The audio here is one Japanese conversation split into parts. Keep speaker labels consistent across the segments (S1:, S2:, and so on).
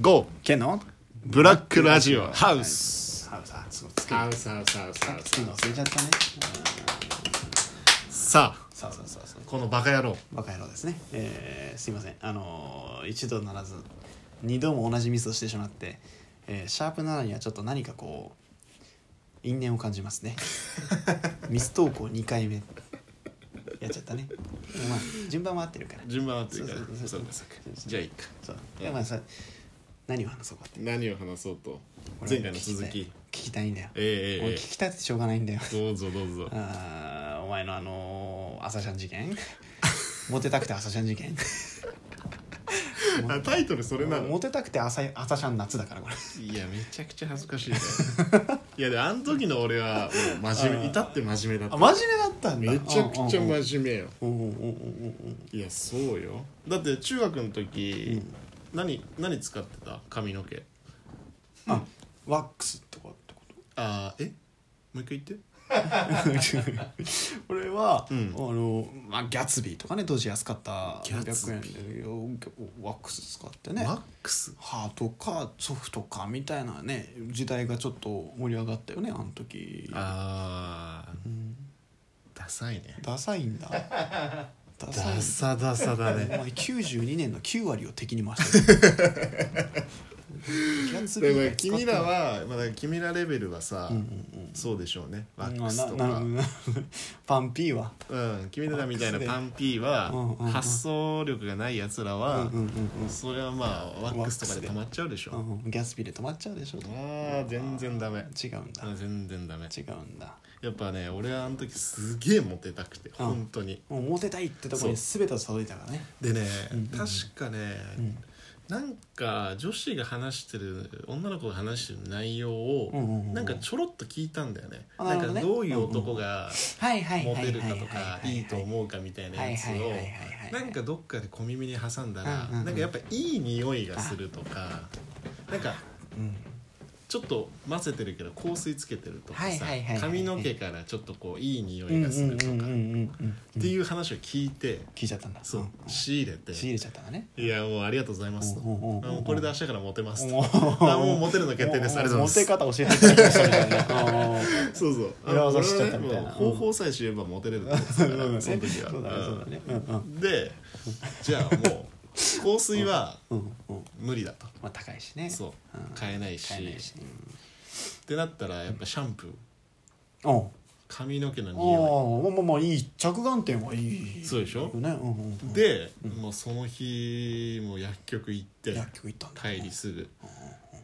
S1: GO
S2: ケンの
S1: ブラックラジオハウス
S2: ハウさそうつけ
S1: ハウスハウスハウスハウ
S2: つけの忘れちゃったね
S1: スさあ
S2: そうそうそうそう
S1: このバカ野郎
S2: バカ野郎ですねえー、すいませんあのー一度ならず二度も同じミスをしてしまって、えーシャープ7にはちょっと何かこう因縁を感じます ねミス投稿二回目やっちゃったねでもまあ順番は合ってるから
S1: 順番はっていうから
S2: そうそう
S1: そ
S2: そうう
S1: かそうかじゃあいいか
S2: そういやまあさ何を話そうかって
S1: 何を話そうと
S2: 俺
S1: 前
S2: は
S1: 回の
S2: 聞き
S1: 続
S2: たい
S1: き
S2: 聞きたいんだよ
S1: ええ
S2: 俺
S1: え
S2: 聞きたってしょうがないんだよ
S1: えどうぞどうぞ
S2: あーお前のあのー、朝シャン事件 モテたくて朝シャン事件
S1: あタイトルそれなの
S2: モテたくて朝朝シャン夏だからこれ
S1: いやめちゃくちゃ恥ずかしいね いやであの時の俺はもう真面目至って真面目だ
S2: あ
S1: っ
S2: 真面目だったん
S1: た
S2: だ
S1: めちゃくちゃ
S2: 目
S1: 真面目よいやそうよだって中学の時、何何使ってた髪の毛
S2: あワックスとかってこ
S1: あーえもう一回言って
S2: と俺は、
S1: うん
S2: あの、まあ、ギャツビーとかね当時安かった
S1: ギャツビー
S2: 100円でよワックス使ってね
S1: ワックス
S2: ハートかソフトかみたいなね時代がちょっと盛り上がったよねあの時
S1: ああ、ダサいね
S2: ダサいん だダサい
S1: ダサダサだ
S2: お前
S1: ね
S2: 92年の9割を敵に回したよ ギャツビ
S1: で
S2: ー
S1: も
S2: が使って
S1: 君
S2: んの
S1: らは、まあ、だから君らレベルはさ、そうでしょうねワックスと
S2: なな
S1: か、
S2: なパンピーは
S1: うん、君らみたい
S2: ワック
S1: な
S2: スで
S1: パンピーは、
S2: うんうんうん
S1: 発想力がないやつらは、
S2: うんうん
S1: それはまあワックスとかで溜まっちゃうでしょ、
S2: うんうんギャツビーで止まっちゃうでしょ
S1: ああ全然ダメ
S2: 違うんだ
S1: あ全然ダメ
S2: 違うんだ
S1: やっぱね俺はあの時すげえモテたくて、
S2: うん
S1: 本当に
S2: もうモテたいってとこに全てを届いたからね
S1: でね、確かね、なんか女子が話してる女の子が話してる内容を、
S2: うんうんうんうん
S1: なんかちょろっと聞いたんだよね
S2: あ
S1: な
S2: なんる
S1: か
S2: ほどね
S1: どういう男が
S2: はいはい
S1: モ
S2: は
S1: テ
S2: い
S1: る
S2: は
S1: か
S2: い
S1: とかいいと思うかみたいなやつ
S2: はいはいはいはいはい
S1: をなんかどっかで小耳に挟んだら、
S2: うんうんうん
S1: なんかやっぱいい匂いがするとかなんか
S2: うん
S1: ちょっと混ぜてるけど香水つけてるとか
S2: はい
S1: さ
S2: はいはいはい
S1: 髪の毛からちょっとこういい匂
S2: う
S1: い
S2: ん
S1: が
S2: うん
S1: すると
S2: う
S1: か
S2: んうん
S1: っ
S2: うんうん
S1: ていう話を聞いて
S2: 聞いちゃったんだん
S1: そうん仕入れて
S2: 仕入れちゃったんだね
S1: いやもうありがとうございますと
S2: おうおうおうおう
S1: あもうこれで明日からモテますと
S2: おう
S1: あもうモテるの決定ですありがとうございます
S2: モテ方教えてくれましたみたいなうん
S1: そうそうあ
S2: 裏
S1: の
S2: 技
S1: 俺
S2: 知っちゃった
S1: は
S2: み
S1: ね
S2: たい
S1: もう
S2: な
S1: 方法さえ知ればモテれると思ってたから その時は
S2: そうだねそうだねうんうん
S1: うんでじゃあもう香水は
S2: うんうん
S1: 無理だと
S2: まあ高いしね
S1: そう
S2: うん
S1: 買えないし
S2: 買えないし
S1: っ、てなったらやっぱシャンプー
S2: うん、おう
S1: 髪の毛の匂
S2: おうまあまあまあいい着眼点はいい
S1: そうでしょ
S2: よねうんうんうん
S1: いでもうその日もう薬局行って
S2: 薬局行ったんだ
S1: 帰りすぐ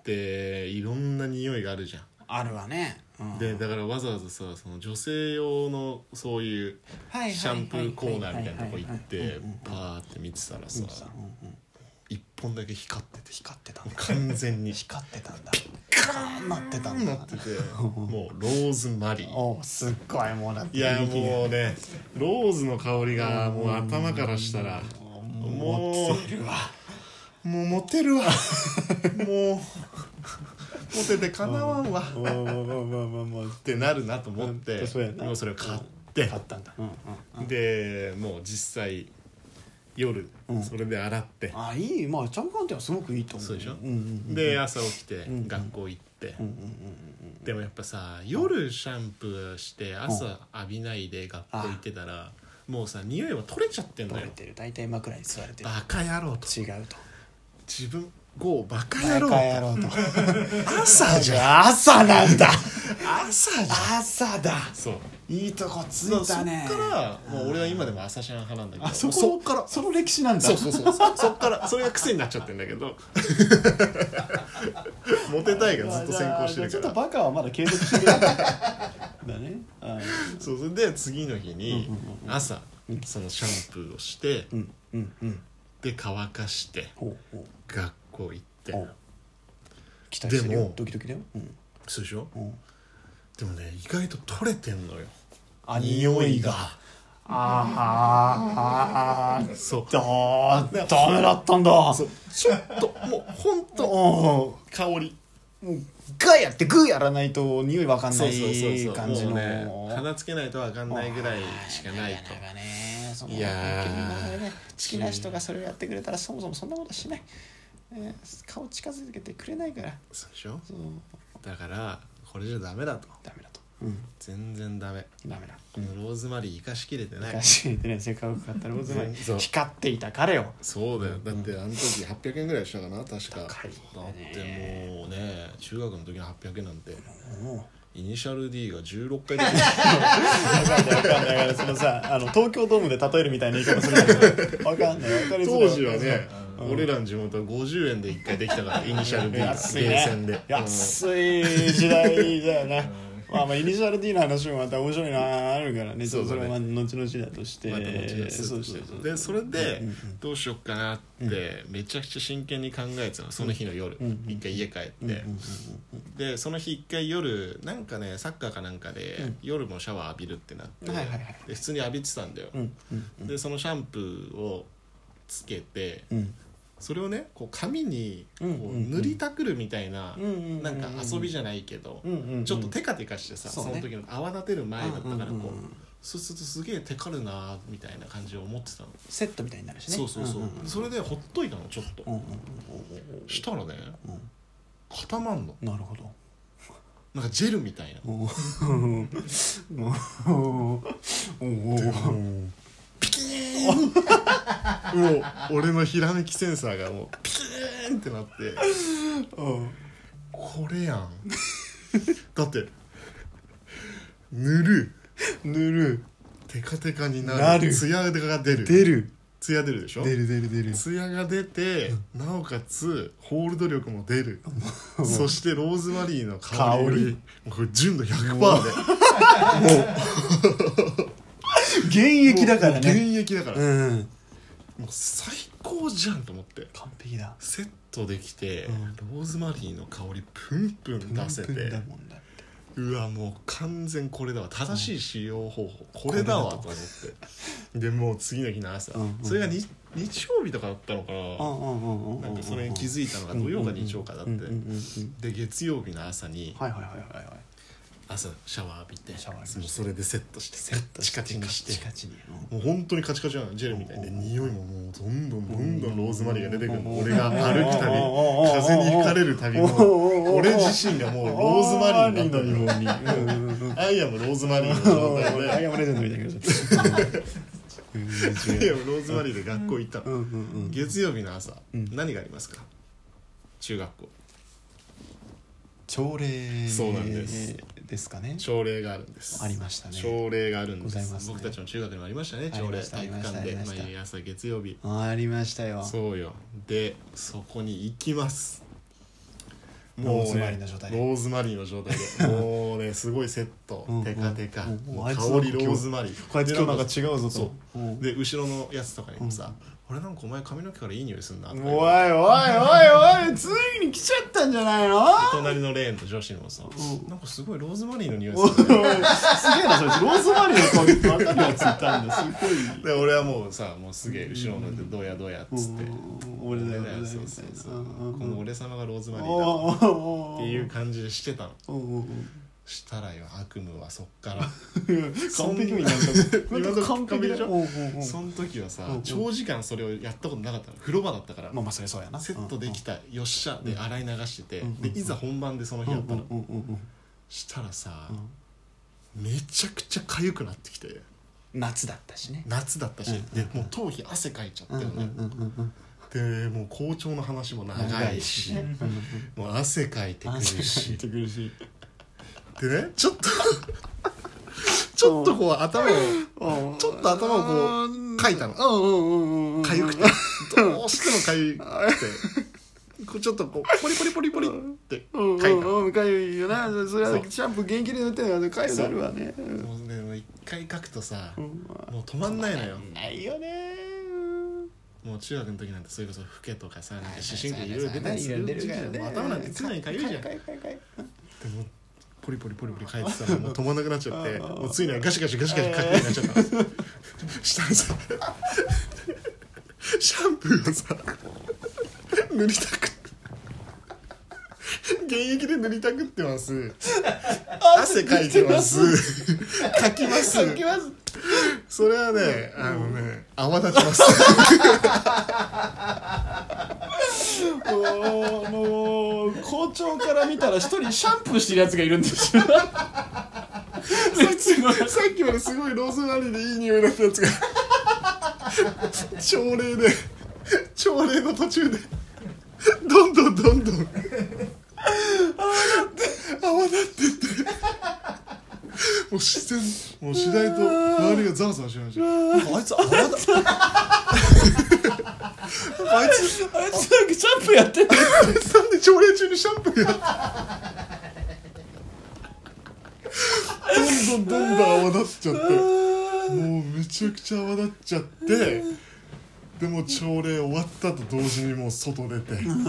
S1: でいろんな匂いがあるじゃん
S2: あるわね、うん、
S1: でだからわざわざさその女性用のそういう
S2: はいはいはいはい
S1: シャンプーコーナーみたいなとこ行って
S2: はいはいはいうんうん
S1: パーって見てたらさ
S2: うんうんうん
S1: 一本だけ光ってて
S2: 光ってたんだ
S1: 完全に
S2: 光ってたんだカーンなってたんだ
S1: なっててもうローズマリー
S2: おうすっごいもうだって
S1: い
S2: い
S1: やもうねローズの香りがもう頭からしたらも
S2: 持ってるわ
S1: うもうモテるわもうモテてかなわんわっ
S2: まあまあまあまあまあまあ
S1: てなるなと思って
S2: うんそうやな
S1: もうそれを買って
S2: 買ったんだうんうんうん
S1: でもう実際夜
S2: うん
S1: それで洗って、
S2: あいいまあ着眼点はすごくいいと思う
S1: そうでしょ
S2: うんうんうん、
S1: で朝起きて
S2: ん
S1: 学校行って、
S2: うんうんうんうん
S1: でもやっぱさ夜シャンプーして朝浴びないで学校行ってたら、もうさ匂いは取れちゃってん
S2: 取
S1: だ
S2: れ
S1: よ
S2: てる大体枕に座れてる
S1: バカ野郎と
S2: 違うと
S1: 自分ゴーバカ野郎
S2: バカ野郎と
S1: 朝じゃん
S2: 朝なんだ
S1: 朝じゃん
S2: 朝だ
S1: そう
S2: いいとこつ
S1: そっ
S2: いたね
S1: からもう俺は今でも朝シャン派なんだけど
S2: そこ
S1: もうっから
S2: その歴史なんだ
S1: そうそうそうそうそっからそれが癖になっちゃってんだ けどモテたいがずっと先行してるから
S2: ちょっとバカはまだ継続してるだね あ
S1: そうそれで次の日に朝そのシャンプーをして
S2: うんうんうん
S1: で乾かして
S2: ほうほう
S1: 学校行って
S2: お期待してる
S1: で
S2: よ
S1: も
S2: ドキドキだようん
S1: そうでしょ
S2: うん
S1: でもね意外と取れてんのよ
S2: あ
S1: あーあーそう
S2: あーダメだったんだ
S1: そうちょっともうほんと
S2: お
S1: 香り
S2: もうガーやってグーやらないと匂いわかんな
S1: そう
S2: い
S1: そうそうそう
S2: 感じの
S1: もうね鼻つけないとわかんないぐらいしかないと
S2: なかねその
S1: いやー
S2: 本当に今までね好きな人がそれをやってくれたらそもそもそんなことしないえー顔近づけてくれないから
S1: そうでしょ
S2: そう
S1: だからこれじゃダメだと
S2: ダメだとうん
S1: 全然ダメ
S2: ダメだ
S1: このローズマリー生かしきれてない
S2: 昔言ってねせっかく買ったローズマリ
S1: そ
S2: ー
S1: う
S2: 光っていた彼を
S1: そうだよだってあの時800円ぐらいしたかな確かだっ
S2: 高いね
S1: てもうね中学の時の800円なんて
S2: も
S1: イニシャル D が16回出て
S2: う分かんない分かんないだからそのさあの東京ドームで例えるみたいな言い方するんだけ ど分かんない分かり
S1: る
S2: づらい
S1: 当時はね
S2: うん
S1: 俺らの地元は50円で1回できた からイニシャル D が
S2: 安い
S1: ゲーセンで
S2: ね安い時代だよねまあまあイニシャル D の話もまた面白いなあるからねちょっとそ
S1: そう
S2: れ
S1: だ
S2: は
S1: ね
S2: まあ後々だとして
S1: また持ち出す
S2: そうしてそう
S1: でそれで
S2: うんうん
S1: どうしよっかなってめちゃくちゃ真剣に考えてたのその日の夜
S2: うん
S1: 一回家帰っ
S2: うんうん
S1: てでその日一回夜なんかねサッカーかなんかで
S2: うん
S1: 夜もシャワー浴びるってなって
S2: はいはいはい
S1: で普通に浴びてたんだよ
S2: うんうんうんうん
S1: でそのシャンプーをつけて
S2: うん
S1: それをねこう紙にこ
S2: うんうんう
S1: うん塗りたくるみたいな
S2: うんうんうん
S1: なんか遊びじゃないけど
S2: うんうんうん
S1: ちょっとテカテカしてさ
S2: そ
S1: そう
S2: ね
S1: の時の泡立てる前だったから
S2: うんうんうん
S1: こうそうするとすげえテカるなみたいな感じを思ってたの
S2: セットみたいになるしね
S1: そうそうそうそ
S2: れ
S1: れでほっといたのちょっと
S2: うんうん
S1: したらね
S2: うん
S1: 固まんの
S2: なるほど
S1: なんかジェルみたいな
S2: おー おーおー
S1: ピキーン もう俺のひらめきセンサーがもうピキーンってなって
S2: うん
S1: これやん だって塗る
S2: 塗る
S1: テカテカになる
S2: なる
S1: ツヤが出る
S2: 出る
S1: ツヤ出るでしょ
S2: 出る出る出る
S1: ツヤが出てなおかつホールド力も出るそしてローズマリーの香り
S2: 香り
S1: もうこれ純度100%で
S2: 現役だからね
S1: 現役だから、
S2: うん
S1: もう最高じゃんと思って
S2: 完璧だ
S1: セットできて、
S2: うん
S1: ローズマリーの香りプンプン出せて
S2: プンプンだもんだって
S1: うわもう完全これだわ正しい使用方法、これだわと思ってでもう次の日の朝、
S2: うんうん
S1: それがに日曜日とかだったのかな、
S2: うんうんうんうんうん
S1: なんかそれに気づいたのが土曜か日曜かだって、
S2: うんうんうんうん
S1: で月曜日の朝に
S2: はいはいはいはいはい
S1: 朝シャワー浴びて
S2: シャワー浴びて
S1: もうそれでセットしてセッチカチにして
S2: チカチに
S1: もう本当にカチカチなのジェルみたいで
S2: うん
S1: 匂いももうどんどんどんどんローズマリーが出てくる
S2: うん
S1: の俺が歩くたび
S2: うん
S1: 風に吹かれるたびも
S2: うん
S1: 俺自身がもうローズマリー
S2: のよ
S1: になってる
S2: うにうんうんうん
S1: アイアムローズマリーの状態
S2: アイ
S1: で
S2: アムレジェンドみたいな感じ
S1: アイアムローズマリーで学校行った
S2: う
S1: の
S2: んうんうん
S1: 月曜日の朝
S2: うん
S1: 何がありますか中学校
S2: 朝礼
S1: そうなんです
S2: ですかね
S1: 朝礼があるんです
S2: ありましたね
S1: 朝礼があるんで
S2: ござい
S1: す
S2: ますね
S1: 僕たちの中学にもありましたね
S2: あり
S1: 朝礼
S2: ました
S1: 体育館で
S2: ありましたありました
S1: 毎朝月曜日
S2: ありましたよ
S1: そうよでそこに行きます
S2: ローズマリーの状態で
S1: ローズマリーの状 態でもうねすごいセット
S2: うん
S1: テカテカ
S2: うんうん
S1: もう
S2: あいつ
S1: 香りローズマリー
S2: こいつ今日なんか
S1: で
S2: 違うぞ
S1: そ
S2: とうん
S1: うで後ろのやつとかにもさ「俺なんかお前髪の毛からいい匂いすんな」と
S2: お
S1: か
S2: いおい
S1: 言
S2: お
S1: われて
S2: いおいついに来ちゃったんじゃないの
S1: 隣のレーンと女子にもさ
S2: う
S1: 「なんかすごいローズマリーの匂い
S2: おい
S1: するね」
S2: すげえなそれローズマリーの香りって分かるやついたんだすごい
S1: で俺はもうさもうすげえ後ろので「どうやどうや」っつって
S2: 俺だよ
S1: 俺だよそうそうそう
S2: うんうんうん
S1: この俺様がローズマリーだわ
S2: っ
S1: っていう感じでしてたの
S2: 完
S1: したらよ悪夢はそっから
S2: 璧になった
S1: 今のとこ完璧でしょ
S2: うんうんうん
S1: その時はさ
S2: うんうん
S1: 長時間それをやったことなかったの風呂場だったから
S2: まあまあそれそうやな
S1: セットできたよっしゃ
S2: う
S1: で
S2: ん
S1: 洗い流してて
S2: うん
S1: でいざ本番でその日やったの
S2: うんうんうんうん
S1: したらさ
S2: うん
S1: めちゃくちゃ痒くなってきて
S2: 夏だったしね
S1: 夏だったし
S2: うん
S1: でもう頭皮汗かいちゃ
S2: うん
S1: っ
S2: う
S1: た
S2: ん
S1: よね
S2: うんうん
S1: でもう校長の話も長いし
S2: うん
S1: もう汗かいてくる し
S2: てくるし
S1: でねちょっと ちょっとこう頭を
S2: ち
S1: ちょっと頭をこうかいたの
S2: うんうんうんうんうん
S1: 痒くてどうしても痒くてこうちょっとこうポリポリポリポリって
S2: うん
S1: かいた
S2: う
S1: の
S2: んうんかゆいよなそれは
S1: そう
S2: シャンプー元気で塗ってるからかゆくなるわねうん
S1: もうねもう一回書くとさ
S2: うんま
S1: もう止まんないのよ
S2: あないよねうん
S1: もう中学の時なんてそれこそフケとかさなんか
S2: 思
S1: 思春期いろいろ出たりする時期じゃんもう頭なんて常にかゆいじゃんでもポリポリポリポリ書いてたらもう止まんなくなっちゃ って
S2: あー
S1: もうついにはガシガシガシガシ書くようになっちゃったのしたらさシャンプーをさ塗りたく現役で塗りたくってます汗かいてます書きます
S2: 書きます
S1: それはねあのね泡立ちます
S2: うわ見たら一人シャンプーしてるやつがいるんですよすごい
S1: さっきまですごいローズマリーでいい匂いだったやつが朝礼で朝礼の途中でどんどんどんどん泡立って泡立ってってもう自然もう次第と周りがざわざわしましたなんかあいつ泡だ
S2: あいつあいつなんかシャンプーやってる
S1: あいつなんで朝礼中にシャンプーやってどんどんどんどん泡立っちゃってもうめちゃくちゃ泡立っちゃってでも朝礼終わったと同時にもう外出てもう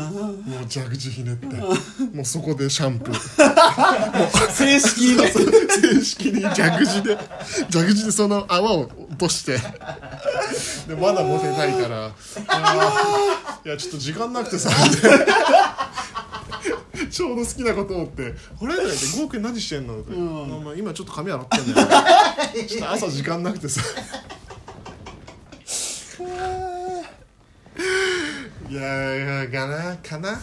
S1: 蛇口ひねってもうそこでシャンプー
S2: 正式で
S1: 正式に蛇口で蛇口でその泡を落としてでまだモテたいからあーいやちょっと時間なくてさってちょうど好きなことをって「あれ?」って「ゴーくん何してんの?」って、
S2: ん
S1: お前今ちょっと髪洗ってんだよ」ちょっと朝時間なくてさ いやいやかなかな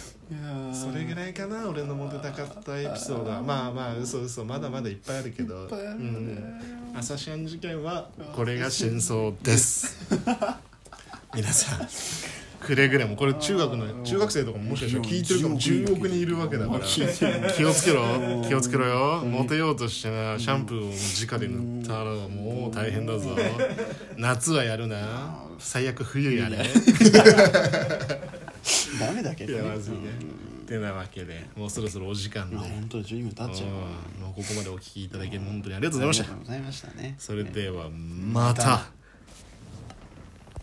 S1: それぐらいかな俺のモテたかったエピソードはまあまあ嘘嘘まだまだいっぱいあるけど
S2: ぱいあるね
S1: うん、朝シャン事件はこれが真相です 皆さんくれぐれもこれ中学の中学生とかももしかしたら聞いてるかも10億人いるわけだから
S2: 聞いてる
S1: 気をつけろ気をつけろよモテようとしてなシャンプーを直で塗ったらもう大変だぞ夏はやるな最悪冬やれ
S2: ダメだけど
S1: いや
S2: ね
S1: まずいねてなわけでもうそろそろお時間で、
S2: まあ本当に10分経っちゃうわ
S1: うんもうここまでお聞きいただき本当にありがとうご
S2: あ
S1: ざい
S2: り
S1: ま
S2: が
S1: し
S2: と
S1: た
S2: うございましたね
S1: それではまた